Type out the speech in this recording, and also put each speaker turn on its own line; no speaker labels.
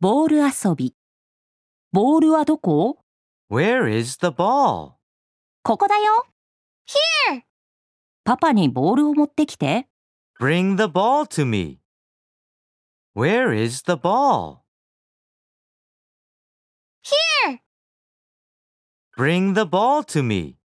ボール遊び。ボールはどこ
Where is the ball?
ここだよ。Here! パパにボールを持ってきて。
Bring the ball to me. Where is the ball? Here. Bring the ball to me.